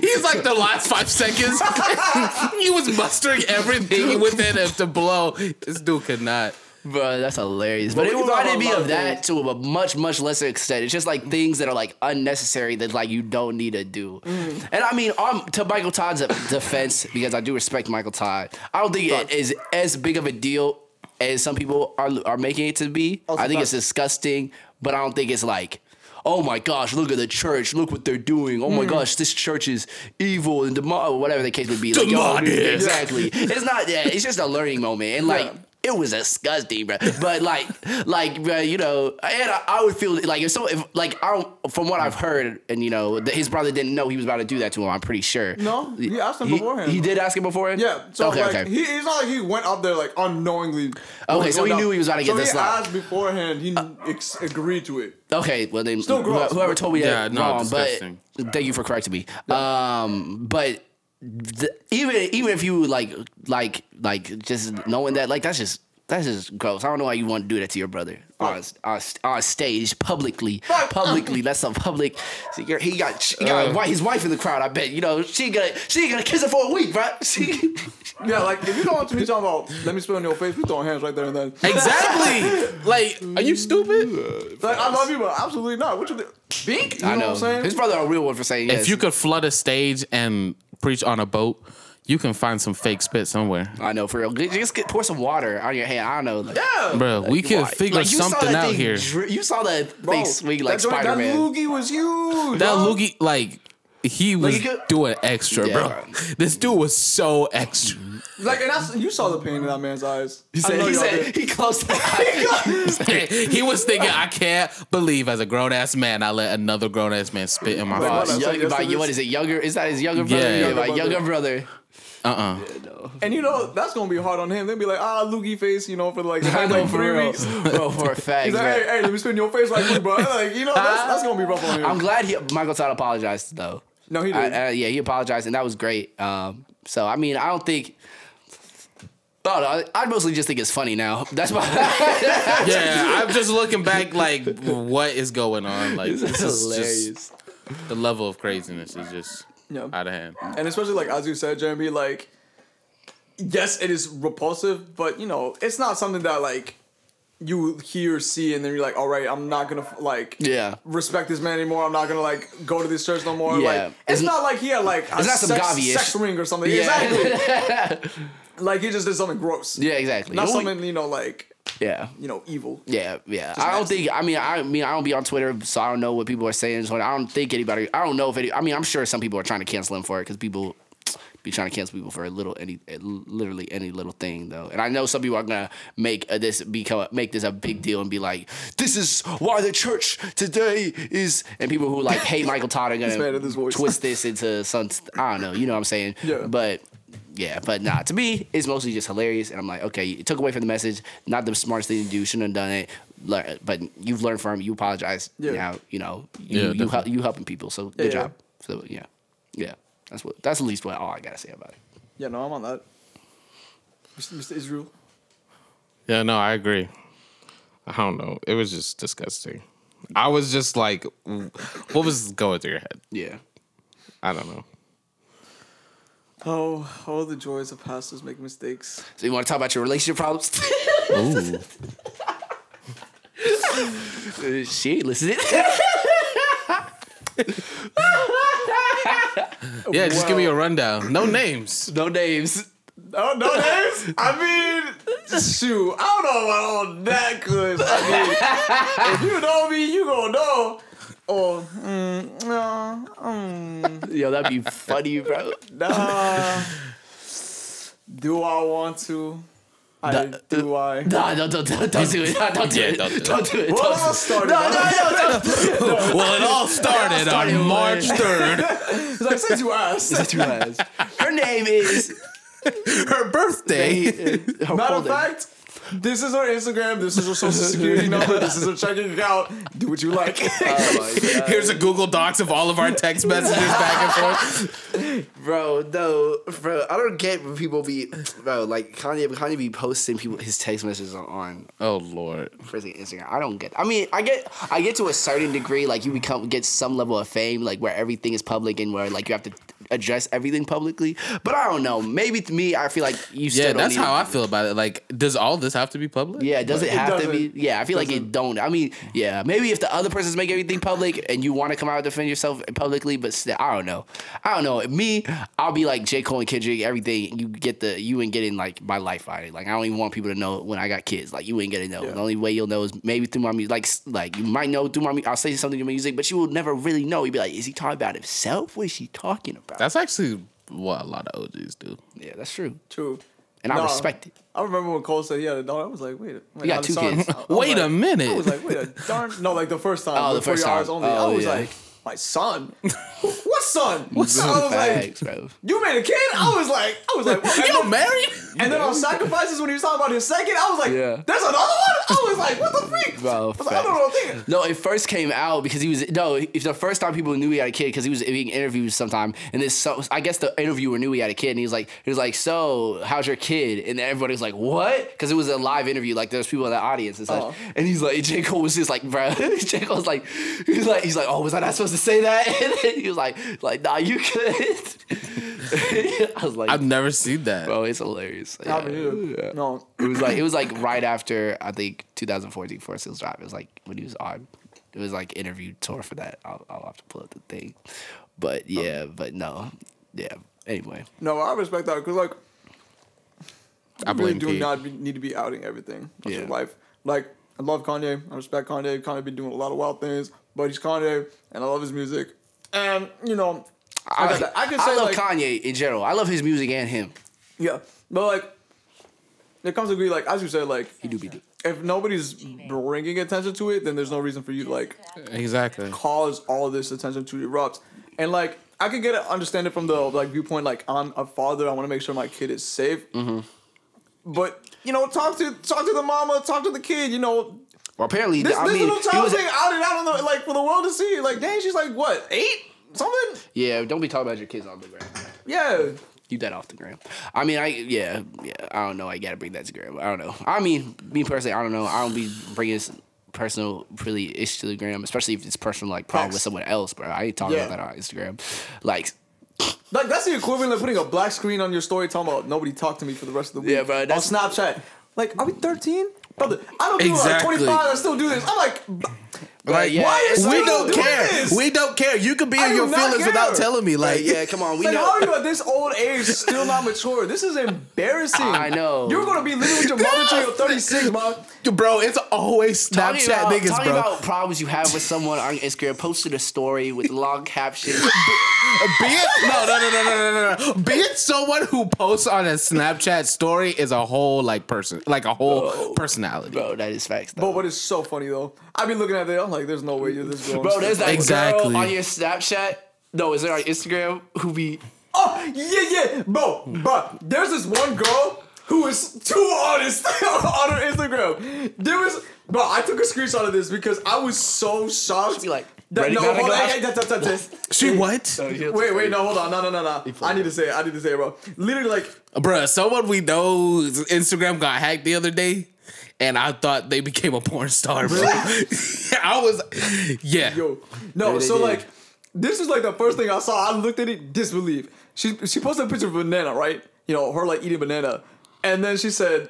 [SPEAKER 1] he's like the last five seconds. he was mustering everything within him to blow. This dude could not.
[SPEAKER 2] Bro, that's hilarious. But
[SPEAKER 3] we
[SPEAKER 2] it
[SPEAKER 3] can talk
[SPEAKER 2] reminded me
[SPEAKER 3] about Mm. a lot
[SPEAKER 2] of
[SPEAKER 3] of
[SPEAKER 2] that to a much, much lesser extent. It's just like things that are like unnecessary that like you don't need to do.
[SPEAKER 3] Mm.
[SPEAKER 2] And I mean, um, to Michael Todd's defense, because I do respect Michael Todd, I don't think it is as big of a deal as some people are are making it to be.
[SPEAKER 3] Also
[SPEAKER 2] I think it's
[SPEAKER 3] facts.
[SPEAKER 2] disgusting, but I don't think it's like. Oh my gosh! Look at the church. Look what they're doing. Oh my
[SPEAKER 3] Mm.
[SPEAKER 2] gosh! This church is evil and demonic, or whatever the case would be. Like, yo,
[SPEAKER 1] Demonic.
[SPEAKER 2] exactly. It's not that. It's just a learning moment, and like it was disgusting, bro. But like, like, bro, you know, and I, I would feel like if so, if like I don't, from what I've heard, and you know, that his brother didn't know he was about to do that to him. I'm pretty sure.
[SPEAKER 3] No, he asked him
[SPEAKER 2] He-
[SPEAKER 3] beforehand.
[SPEAKER 2] He did ask him beforehand.
[SPEAKER 3] Yeah. So
[SPEAKER 2] okay.
[SPEAKER 3] like,
[SPEAKER 2] okay.
[SPEAKER 3] He, it's not like he went up there like unknowingly.
[SPEAKER 2] Okay, so he knew he was about to get
[SPEAKER 3] so
[SPEAKER 2] this
[SPEAKER 3] he
[SPEAKER 2] slap.
[SPEAKER 3] asked beforehand. He ex- agreed to it.
[SPEAKER 2] Okay, well then
[SPEAKER 3] Still gross,
[SPEAKER 2] whoever, whoever
[SPEAKER 3] but-
[SPEAKER 2] told me that
[SPEAKER 1] Yeah, no,
[SPEAKER 2] wrong, but
[SPEAKER 1] disgusting.
[SPEAKER 2] thank you for correcting me. Um, but th- even even if you like like like just knowing that like that's just that's just gross. I don't know why you want to do that to your brother on on, on stage publicly publicly. That's a public. so you're- he got he got
[SPEAKER 1] Uh.
[SPEAKER 2] wi- his wife in the crowd. I bet you know she gonna she ain't gonna kiss him for a week, right? She,
[SPEAKER 3] Yeah, like if you don't want to be talking about, let me spit on your face. We throwing hands right there and then.
[SPEAKER 1] Exactly. like, are you stupid?
[SPEAKER 3] Like I love you, but absolutely not. What you do? Bink? You
[SPEAKER 2] I know.
[SPEAKER 3] what I'm saying?
[SPEAKER 2] His brother a real one for saying yes.
[SPEAKER 1] If you could flood a stage and preach on a boat, you can find some fake spit somewhere.
[SPEAKER 2] I know for real. Just get, pour some water on your hand. I don't know. like-
[SPEAKER 3] yeah.
[SPEAKER 1] Bro, we can
[SPEAKER 2] Why?
[SPEAKER 1] figure
[SPEAKER 2] Like, you saw
[SPEAKER 1] something
[SPEAKER 2] that
[SPEAKER 1] out
[SPEAKER 2] thing
[SPEAKER 1] here.
[SPEAKER 2] dri- you saw that
[SPEAKER 3] Bro,
[SPEAKER 2] thing swing like
[SPEAKER 3] that joint-
[SPEAKER 2] Spider
[SPEAKER 3] That
[SPEAKER 2] Man.
[SPEAKER 3] loogie was huge.
[SPEAKER 1] That
[SPEAKER 3] dog.
[SPEAKER 1] loogie, like, he was
[SPEAKER 2] you could-
[SPEAKER 1] doing extra,
[SPEAKER 2] Yeah.
[SPEAKER 1] bro. This dude was so extra.
[SPEAKER 3] Like, and that's you saw the pain in that man's eyes.
[SPEAKER 2] He
[SPEAKER 3] I know
[SPEAKER 2] said, he,
[SPEAKER 3] y'all
[SPEAKER 2] said
[SPEAKER 3] did.
[SPEAKER 2] he closed the eye.
[SPEAKER 1] he was thinking, I can't believe as a grown ass man, I let another grown ass man spit in my
[SPEAKER 3] Wait,
[SPEAKER 1] face.
[SPEAKER 3] hold
[SPEAKER 2] Young-
[SPEAKER 3] on. So yes,
[SPEAKER 2] by-
[SPEAKER 3] it is-
[SPEAKER 2] what is it? Younger? Is that his younger
[SPEAKER 1] Yeah.
[SPEAKER 2] brother? Yeah,
[SPEAKER 1] Younger
[SPEAKER 2] my
[SPEAKER 3] brother.
[SPEAKER 2] younger brother.
[SPEAKER 1] Uh uh
[SPEAKER 3] and you know that's gonna be hard on him. They'll be like, ah, loogie face, you know, for like,
[SPEAKER 2] I know
[SPEAKER 3] like
[SPEAKER 2] for
[SPEAKER 3] three
[SPEAKER 2] real,
[SPEAKER 3] weeks.
[SPEAKER 2] bro. For a fact,
[SPEAKER 3] He's like, hey,
[SPEAKER 2] bro.
[SPEAKER 3] hey, let me spit in your face right quick, bro. Like, you know, that's, that's gonna be rough on him.
[SPEAKER 2] I'm glad he, Michael Todd apologized though.
[SPEAKER 3] No, he did.
[SPEAKER 2] I- I- yeah, he apologized, and that was great. Um, so I mean, I don't think. I don't know. I I mostly just think it's funny now. That's my.
[SPEAKER 1] Yeah, I'm just looking back, like, what is going on? Like, this is
[SPEAKER 2] hilarious.
[SPEAKER 1] just the level of craziness is just
[SPEAKER 3] Yeah.
[SPEAKER 1] out of hand.
[SPEAKER 3] And especially like as you said, Jeremy, like yes, it is repulsive, but you know, it's not something that like you hear, see, and then you're like, all right, I'm not gonna like
[SPEAKER 2] Yeah.
[SPEAKER 3] respect this man anymore. I'm not gonna like go to this church no more.
[SPEAKER 2] Yeah.
[SPEAKER 3] Like it's
[SPEAKER 2] It's-
[SPEAKER 3] not like he had like a
[SPEAKER 2] it's not some
[SPEAKER 3] sex,
[SPEAKER 2] Gavi-ish.
[SPEAKER 3] sex ring or something.
[SPEAKER 2] Yeah.
[SPEAKER 3] Exactly. like he just did something gross.
[SPEAKER 2] yeah, exactly.
[SPEAKER 3] Not
[SPEAKER 2] Only-
[SPEAKER 3] something you know like
[SPEAKER 2] Yeah.
[SPEAKER 3] you know evil.
[SPEAKER 2] Yeah, yeah. I don't think. I mean, I mean, I don't be on Twitter, so I don't know what people are saying. So I don't think anybody. I don't know if any. I mean, I'm sure some people are trying to cancel him for it because people be trying to cancel people for a little any, literally any little thing though. And I know some people are gonna make uh, this become make this a big deal and be like, "This is why the church today is." And people who like hate Michael Todd are
[SPEAKER 3] mad at
[SPEAKER 2] gonna
[SPEAKER 3] his voice.
[SPEAKER 2] twist this into some. I don't know. You know what I'm saying?
[SPEAKER 3] Yeah.
[SPEAKER 2] But yeah, but nah, to me, it's mostly just hilarious. And I'm like, okay, it took away from the message. Not the smartest thing to do. Shouldn't have done it. Lear- But you've learned from it. You apologize.
[SPEAKER 3] Yeah.
[SPEAKER 2] Now, you know, you,
[SPEAKER 1] Yeah,
[SPEAKER 2] you, hel-
[SPEAKER 1] definitely.
[SPEAKER 2] you helping people. So good
[SPEAKER 3] Yeah, yeah.
[SPEAKER 2] job. So yeah. Yeah. That's what, that's at least what all I got to say about it.
[SPEAKER 3] Yeah, no, I'm on that. Mr. Mr. Israel.
[SPEAKER 5] Yeah, no, I agree. I don't know. It was just disgusting. I was just like, w- what was going through your head?
[SPEAKER 2] Yeah.
[SPEAKER 5] I don't know.
[SPEAKER 3] Oh, all the joys of pastors make mistakes.
[SPEAKER 2] So you want to talk about your relationship problems? Uh, she ain't listening.
[SPEAKER 1] Yeah, just give me a rundown. No names.
[SPEAKER 2] no names.
[SPEAKER 3] Oh no, names? I mean, shoot, I don't know about all that, cause I mean, if you know me, you gonna know or mm, no, mm,
[SPEAKER 2] Yo, that'd be funny, bro.
[SPEAKER 3] nah. do I want to? I
[SPEAKER 2] Nah,
[SPEAKER 3] do I.
[SPEAKER 2] Nah, no, don't, don't, don't do it. Nah, Don't do
[SPEAKER 1] Yeah,
[SPEAKER 2] it.
[SPEAKER 1] don't do it.
[SPEAKER 2] Don't do it.
[SPEAKER 3] Well,
[SPEAKER 2] Don't-
[SPEAKER 3] I'm started.
[SPEAKER 2] No, no, no, don't.
[SPEAKER 1] Well, it all started,
[SPEAKER 2] started
[SPEAKER 1] on
[SPEAKER 2] with-
[SPEAKER 1] March 3rd.
[SPEAKER 3] It's like since you asked.
[SPEAKER 2] Her name is. uh,
[SPEAKER 1] Her birthday.
[SPEAKER 2] Her
[SPEAKER 3] Matter
[SPEAKER 2] full
[SPEAKER 3] of
[SPEAKER 2] name.
[SPEAKER 3] fact, this is her Instagram. This is her social security number. This is her checking account. Do what you like.
[SPEAKER 1] Here's a Google Docs of all of our text messages back and forth.
[SPEAKER 2] Bro, no, bro. I don't get when people be, bro. Like Kanye, Kanye be posting people his text messages on, on
[SPEAKER 1] Oh, Lord.
[SPEAKER 2] freaking Instagram. I don't get. I mean, I get, I get to a certain degree. Like you become get some level of fame, like where everything is public and where like you have to address everything publicly. But I don't know. Maybe to me, I feel like you. Still
[SPEAKER 1] Yeah,
[SPEAKER 2] don't
[SPEAKER 1] that's
[SPEAKER 2] need
[SPEAKER 1] how I feel about it. Like, does all this have to be public?
[SPEAKER 2] Yeah, does it
[SPEAKER 3] It
[SPEAKER 2] have to be?
[SPEAKER 3] doesn't-
[SPEAKER 2] Yeah, I feel like it
[SPEAKER 3] doesn't-
[SPEAKER 2] don't. I mean, yeah, maybe if the other person's making everything public and you want to come out and defend yourself publicly, but still, I don't know. I don't know. Me, I'll be like J. Cole and Kendrick, everything. You get the, you ain't getting like my life out of it. Like, I don't even want people to know when I got kids. Like, you ain't gonna know. The only way you'll know is maybe through my music. Like, s- like you might know through my music. I'll say something to my music, but you will never really know. You'll be like, is he talking about himself? What is he talking about?
[SPEAKER 1] That's actually what a lot of OGs do.
[SPEAKER 2] yeah, that's true.
[SPEAKER 3] True.
[SPEAKER 2] And I
[SPEAKER 3] Nah.
[SPEAKER 2] respect it.
[SPEAKER 3] I remember when Cole said he had a dog. I was like, wait, a- wait
[SPEAKER 2] You got
[SPEAKER 3] I'm
[SPEAKER 2] two
[SPEAKER 3] sorry.
[SPEAKER 2] kids.
[SPEAKER 3] I- I was
[SPEAKER 1] Wait a
[SPEAKER 3] like- I
[SPEAKER 1] minute.
[SPEAKER 3] was like, wait a darn. No, like the first time.
[SPEAKER 2] Oh, the
[SPEAKER 3] before
[SPEAKER 2] first
[SPEAKER 3] your hours
[SPEAKER 2] time.
[SPEAKER 3] only.
[SPEAKER 2] Oh,
[SPEAKER 3] I was
[SPEAKER 2] yeah.
[SPEAKER 3] like, my son. what son? What son? I was like,
[SPEAKER 2] Facts, bro.
[SPEAKER 3] you made a kid. I was like, I was like, what? And
[SPEAKER 1] you
[SPEAKER 3] then-
[SPEAKER 1] married?
[SPEAKER 3] And then on sacrifices, when he was talking about his second, I was like,
[SPEAKER 2] Yeah.
[SPEAKER 3] there's another one. I was like, what the freak?
[SPEAKER 2] Bro,
[SPEAKER 3] I was like, I don't
[SPEAKER 2] facts.
[SPEAKER 3] know what I'm thinking.
[SPEAKER 2] No, it first came out because he was no. If the first time people knew he had a kid because he was being interviewed sometime, and this so I guess the interviewer knew he had a kid, and he was like, he was like, so how's your kid? And everybody was like, what? Because it was a live interview, like there's people in the audience and such.
[SPEAKER 3] Oh.
[SPEAKER 2] And he's like, J Cole was just like, bro, J Cole's like, he's like, he's like, oh, was I not supposed to say that? And then he was like, like, nah, you could. I was like,
[SPEAKER 1] I've never seen that.
[SPEAKER 2] bro, it's hilarious.
[SPEAKER 3] I mean,
[SPEAKER 2] Yeah.
[SPEAKER 3] No.
[SPEAKER 2] It was like it was like right after I think 2014 Forest Hills Drive. It was like when he was on. It was like interview tour for that. I'll, I'll have to pull up the thing,
[SPEAKER 3] Oh.
[SPEAKER 2] but yeah, but no, yeah. Anyway,
[SPEAKER 3] No, I respect that because like
[SPEAKER 1] I
[SPEAKER 3] I really
[SPEAKER 1] blame
[SPEAKER 3] do
[SPEAKER 1] Pete.
[SPEAKER 3] not be, need to be outing everything. That's
[SPEAKER 2] Yeah.
[SPEAKER 3] your life. Like I love Kanye. I respect Kanye. Kanye been doing a lot of wild things, but he's Kanye, and I love his music. And you know, I,
[SPEAKER 2] I,
[SPEAKER 3] could- I could
[SPEAKER 2] I
[SPEAKER 3] say
[SPEAKER 2] love
[SPEAKER 3] like
[SPEAKER 2] Kanye in general. I love his music and him.
[SPEAKER 3] yeah, but like it comes to be like as you said, like
[SPEAKER 2] do be do.
[SPEAKER 3] if nobody's bringing attention to it, then there's no reason for you to like
[SPEAKER 1] Exactly.
[SPEAKER 3] cause all this attention to erupt. And like I could get it, understand it from the like viewpoint like I'm a father, I want to make sure my kid is safe.
[SPEAKER 2] Mm-hmm.
[SPEAKER 3] But you know, talk to talk to the mama, talk to the kid. You know,
[SPEAKER 2] Well, apparently,
[SPEAKER 3] this,
[SPEAKER 2] I
[SPEAKER 3] this
[SPEAKER 2] mean,
[SPEAKER 3] little
[SPEAKER 2] he
[SPEAKER 3] child
[SPEAKER 2] was,
[SPEAKER 3] thing out and out on the like for the world to see. Like, dang, she's like what eight something?
[SPEAKER 2] yeah. Don't be talking about your kids on the ground.
[SPEAKER 3] Yeah,
[SPEAKER 2] Keep that off the gram. I mean, I yeah, yeah. I don't know. I gotta bring that to gram. I don't know. I mean, me personally, I don't know. I don't be bringing s- personal really ish to the gram, especially if it's personal like problem with
[SPEAKER 3] Facts.
[SPEAKER 2] someone else, bro. I ain't talking
[SPEAKER 3] Yeah.
[SPEAKER 2] about that on Instagram. Like,
[SPEAKER 3] like that's the equivalent of putting a black screen on your story talking about nobody talked to me for the rest of the week.
[SPEAKER 2] Yeah, bro, that's-
[SPEAKER 3] on Snapchat. Like, are we thirteen? Brother, I don't do
[SPEAKER 1] Exactly.
[SPEAKER 3] like 25. I still do this. I'm like, b-
[SPEAKER 2] like yeah,
[SPEAKER 3] why is
[SPEAKER 2] it's-
[SPEAKER 3] we
[SPEAKER 1] We
[SPEAKER 3] don't
[SPEAKER 1] don't
[SPEAKER 3] do
[SPEAKER 1] care.
[SPEAKER 3] this?
[SPEAKER 1] We don't care. You could be
[SPEAKER 3] I
[SPEAKER 1] in
[SPEAKER 3] do
[SPEAKER 1] your
[SPEAKER 3] not
[SPEAKER 1] feelings
[SPEAKER 3] care.
[SPEAKER 1] without telling me. Like,
[SPEAKER 2] yeah, come on, we
[SPEAKER 3] like,
[SPEAKER 2] know.
[SPEAKER 3] how are you at this old age still not mature? This is embarrassing.
[SPEAKER 2] I know.
[SPEAKER 3] You're gonna be living with your mother till you're 36, mom.
[SPEAKER 1] bro, it's always
[SPEAKER 2] Talking,
[SPEAKER 1] Snapchat
[SPEAKER 2] about,
[SPEAKER 1] niggas,
[SPEAKER 2] talking
[SPEAKER 1] bro.
[SPEAKER 2] about problems you have with someone on Instagram, posted a story with long caption.
[SPEAKER 1] Be it no, no, no, no, no, no, no, no. Be it someone who posts on a Snapchat story is a whole like person, like a whole personality.
[SPEAKER 2] Bro, that is facts.
[SPEAKER 3] But
[SPEAKER 2] Though.
[SPEAKER 3] what is so funny though? I be looking at it. I'm like, there's no way you're this grown.
[SPEAKER 2] Bro, there's that
[SPEAKER 1] Exactly.
[SPEAKER 2] girl on your Snapchat. No, is there on Instagram who be
[SPEAKER 3] Oh yeah, yeah, bro, bro. There's this one girl who is too honest on her Instagram. There was, bro. I took a screenshot of this because I was so shocked.
[SPEAKER 2] be like,
[SPEAKER 3] that,
[SPEAKER 2] ready,
[SPEAKER 3] no,
[SPEAKER 2] gotta
[SPEAKER 3] hold
[SPEAKER 2] go
[SPEAKER 3] on,
[SPEAKER 2] out.
[SPEAKER 3] hey, hey, that's- that's- that's-
[SPEAKER 1] She what?
[SPEAKER 3] Wait, wait, no, hold on, no, no, no, no. I need to say it. I need to say it, bro. Literally, like,
[SPEAKER 1] Bruh, someone we know's Instagram got hacked the other day, and I thought they became a porn star, bro. I was, yeah.
[SPEAKER 3] Yo, no.
[SPEAKER 2] they
[SPEAKER 3] so
[SPEAKER 2] did.
[SPEAKER 3] like, this was like the first thing I saw. I looked at it, disbelief. She she posted a picture of a banana, right? You know, her like eating banana, and then she said,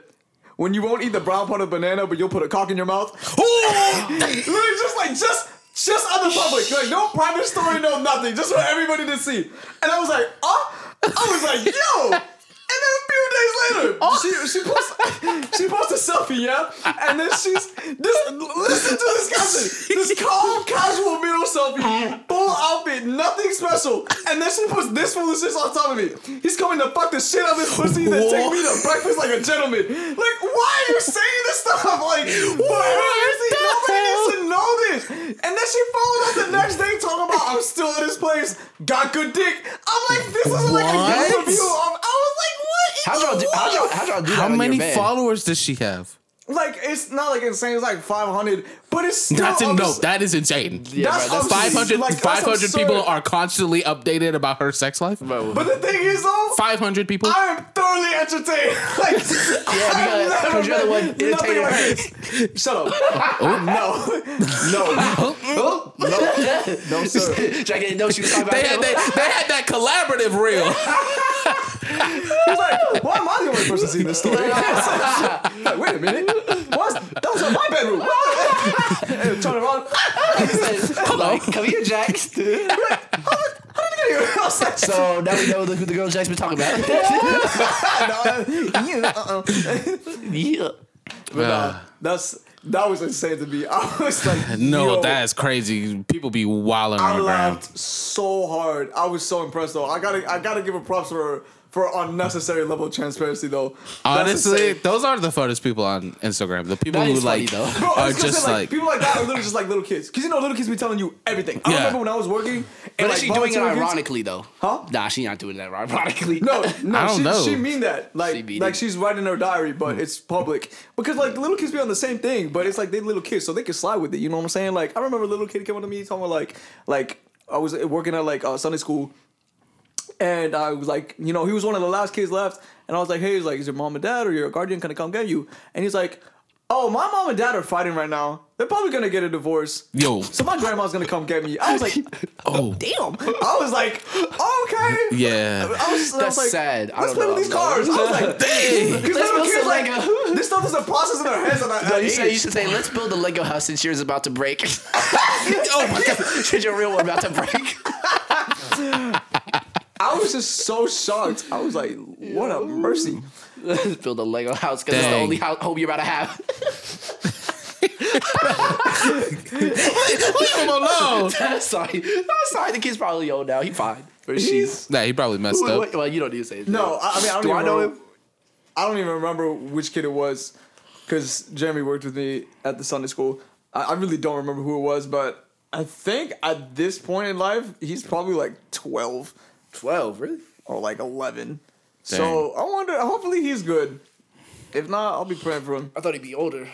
[SPEAKER 3] "When you won't eat the brown part of banana, but you'll put a cock in your mouth." Literally, just like just. Just on the public, like no private story, no "Uh?" nothing, just for everybody to see. And I was like, oh, I was like, yo, and then few days later, she she posts she posts a selfie, yeah, and then she's this. Listen to this cousin, this calm, casual middle selfie, full outfit, nothing special, and then she puts this foolishness on top of it. He's coming to fuck the shit out of this pussy, then take me to breakfast like a gentleman. Like, why are you saying this stuff? Like, why is he? Nobody needs to know this. And then she followed up the next day talking about I'm still in this place, got good dick. I'm like, this is like a good
[SPEAKER 1] What?
[SPEAKER 3] review. of- I was like, what? is
[SPEAKER 2] How'd y'all do, how'd y'all, how'd y'all do that
[SPEAKER 1] How
[SPEAKER 2] on
[SPEAKER 1] many
[SPEAKER 2] your bed?
[SPEAKER 1] followers does she have?
[SPEAKER 3] Like it's not like insane. It's like 500, but it's still
[SPEAKER 1] That's in, no,
[SPEAKER 3] abs-
[SPEAKER 1] that is insane.
[SPEAKER 3] that's,
[SPEAKER 2] bro, that's
[SPEAKER 3] absurd.
[SPEAKER 1] 500,
[SPEAKER 3] Oh, Like, that's
[SPEAKER 1] 500
[SPEAKER 3] absurd.
[SPEAKER 1] people are constantly updated about her sex life.
[SPEAKER 3] But the thing is, though,
[SPEAKER 1] 500 people?
[SPEAKER 3] I am thoroughly entertained. Like,
[SPEAKER 2] because-
[SPEAKER 3] I've never
[SPEAKER 2] 'cause you're the
[SPEAKER 3] been
[SPEAKER 2] one Oh.
[SPEAKER 3] nothing
[SPEAKER 2] entertaining
[SPEAKER 3] like
[SPEAKER 2] her.
[SPEAKER 3] this. Shut up. no, no,
[SPEAKER 2] Oh,
[SPEAKER 3] no, no, sir.
[SPEAKER 2] Jack didn't know she was talking about
[SPEAKER 1] They had,
[SPEAKER 2] him.
[SPEAKER 1] they, they had that collaborative reel.
[SPEAKER 3] He's like, why am I the only person seeing this story? like, wait a minute. What's, that was on my bedroom. What the- And Turn around.
[SPEAKER 2] Like, come here, Jack.
[SPEAKER 3] I was like,
[SPEAKER 2] so now we know who the girl Jack's been talking about.
[SPEAKER 3] no, you, uh-uh.
[SPEAKER 2] yeah.
[SPEAKER 3] But uh,
[SPEAKER 1] Uh,
[SPEAKER 3] nah, that's that was insane to me. I was like,
[SPEAKER 1] No,
[SPEAKER 3] yo,
[SPEAKER 1] that's crazy. People be wilding
[SPEAKER 3] I
[SPEAKER 1] on the ground.
[SPEAKER 3] laughed so hard. I was so impressed though. I gotta I gotta give her props for her for unnecessary level of transparency though. That's
[SPEAKER 1] Honestly,
[SPEAKER 3] insane.
[SPEAKER 1] those are the funnest people on Instagram. The people
[SPEAKER 2] That
[SPEAKER 1] who
[SPEAKER 2] is funny,
[SPEAKER 1] like
[SPEAKER 2] though.
[SPEAKER 3] Bro, I
[SPEAKER 1] are
[SPEAKER 3] was gonna
[SPEAKER 1] just
[SPEAKER 3] say, like,
[SPEAKER 1] like,
[SPEAKER 3] people like that are literally just like little kids. Cause you know little kids be telling you everything. I
[SPEAKER 1] Yeah.
[SPEAKER 3] remember when I was working and
[SPEAKER 2] But
[SPEAKER 3] like
[SPEAKER 2] is she doing it
[SPEAKER 3] volunteer reviews-
[SPEAKER 2] ironically though?
[SPEAKER 3] Huh?
[SPEAKER 2] Nah, she not doing that ironically.
[SPEAKER 3] No, no,
[SPEAKER 1] I don't
[SPEAKER 3] she,
[SPEAKER 1] know.
[SPEAKER 3] she mean that.
[SPEAKER 2] She
[SPEAKER 3] Like,
[SPEAKER 2] mean
[SPEAKER 3] like
[SPEAKER 2] it.
[SPEAKER 3] she's writing her diary, but it's public because like little kids be on the same thing, but it's like they little kids, so they can slide with it. You know what I'm saying? Like, I remember a little kid came up to me talking about like, like I was working at like uh, Sunday school, and I was like, you know, he was one of the last kids left, and I was like, hey, he's like, is your mom and dad or your guardian gonna come get you? And he's like, oh, my mom and dad are fighting right now. They're probably gonna get a divorce.
[SPEAKER 1] Yo.
[SPEAKER 3] So my grandma's gonna come get me. I was like,
[SPEAKER 1] oh,
[SPEAKER 3] damn. I was like, okay.
[SPEAKER 1] yeah.
[SPEAKER 3] I was, I
[SPEAKER 2] That's
[SPEAKER 3] was like,
[SPEAKER 2] sad. I
[SPEAKER 3] Let's
[SPEAKER 2] don't
[SPEAKER 3] play
[SPEAKER 2] know.
[SPEAKER 3] with these cars. I was like, dang. Because little
[SPEAKER 2] build
[SPEAKER 3] kids
[SPEAKER 2] some
[SPEAKER 3] like,
[SPEAKER 2] Lego.
[SPEAKER 3] this stuff is a process in their heads. And I,
[SPEAKER 2] No,
[SPEAKER 3] I
[SPEAKER 2] you, say, you
[SPEAKER 3] age.
[SPEAKER 2] should say, let's build a Lego house since yours is about to break. oh my god, since your real one about to break.
[SPEAKER 3] I was just so shocked. I was like, what a mercy.
[SPEAKER 2] let's build a Lego house because it's the
[SPEAKER 1] Dang.
[SPEAKER 2] only ho- home you're about to have.
[SPEAKER 1] Leave him alone.
[SPEAKER 2] sorry, I'm sorry. The kid's probably old now. He fine. Or she's.
[SPEAKER 3] He's-
[SPEAKER 1] Nah, he probably messed
[SPEAKER 2] Well,
[SPEAKER 1] up.
[SPEAKER 2] well, well, you don't need to say it.
[SPEAKER 3] No, I, I mean, I don't
[SPEAKER 2] Do
[SPEAKER 3] even
[SPEAKER 2] I know
[SPEAKER 3] remember-
[SPEAKER 2] him?
[SPEAKER 3] I don't even remember which kid it was because Jeremy worked with me at the Sunday school. I, I really don't remember who it was, but I think at this point in life, he's probably like 12
[SPEAKER 2] Twelve, really?
[SPEAKER 3] or like 11.
[SPEAKER 1] Dang.
[SPEAKER 3] So I wonder, hopefully he's good. If not, I'll be praying for him.
[SPEAKER 2] I thought he'd be older.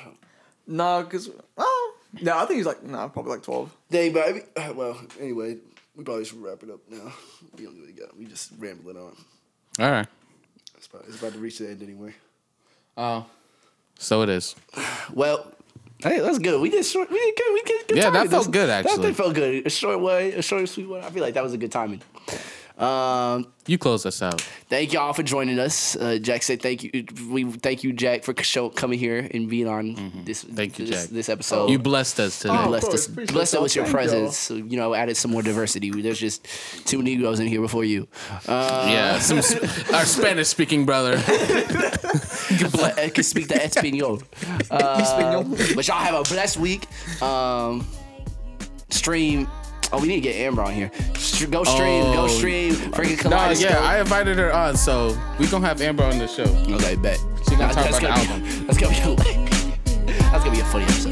[SPEAKER 3] Nah, cause oh, yeah, I think he's like nah, probably like twelve.
[SPEAKER 2] Dang, but I mean, uh, well, anyway, we probably should wrap it up now. We don't really got. We just rambling on.
[SPEAKER 1] All right.
[SPEAKER 2] It's about, it's about to reach the end anyway.
[SPEAKER 1] Oh. So it is.
[SPEAKER 2] Well, hey, that's good. We did short. We did good. We did good.
[SPEAKER 1] Yeah, that
[SPEAKER 2] timing.
[SPEAKER 1] felt good,
[SPEAKER 2] that
[SPEAKER 1] actually.
[SPEAKER 2] did felt good. A short way, a short and sweet one. I feel like that was a good timing. Um,
[SPEAKER 1] You close us out.
[SPEAKER 2] thank y'all for joining us. Uh, Jack said thank you. We thank you, Jack, for show, coming here and being on this.
[SPEAKER 1] Mm-hmm. Thank you,
[SPEAKER 2] this,
[SPEAKER 1] Jack.
[SPEAKER 2] this episode.
[SPEAKER 1] You blessed us today.
[SPEAKER 3] Oh,
[SPEAKER 2] blessed
[SPEAKER 3] course.
[SPEAKER 2] us,
[SPEAKER 3] Appreciate
[SPEAKER 2] blessed us
[SPEAKER 3] y'all.
[SPEAKER 2] with your
[SPEAKER 3] Thank y'all.
[SPEAKER 2] presence. So, you know, added some more diversity. There's just two Negroes in here before you.
[SPEAKER 3] Oh.
[SPEAKER 2] Uh,
[SPEAKER 1] yeah, some sp- our Spanish speaking brother.
[SPEAKER 2] but I can speak the Espanol. But y'all have a blessed week. Um, stream. Oh, we need to get Amber on here. Str- Go stream.
[SPEAKER 1] Oh.
[SPEAKER 2] Go stream. Freaking
[SPEAKER 1] No,
[SPEAKER 2] kaleidoscope.
[SPEAKER 1] yeah, I invited her on, so we gonna have Amber on the show.
[SPEAKER 2] okay, bet.
[SPEAKER 1] She gonna
[SPEAKER 2] Nah,
[SPEAKER 1] talk
[SPEAKER 2] that's
[SPEAKER 1] about the
[SPEAKER 2] gonna be- That's gonna be. That's gonna be a funny episode. Uh,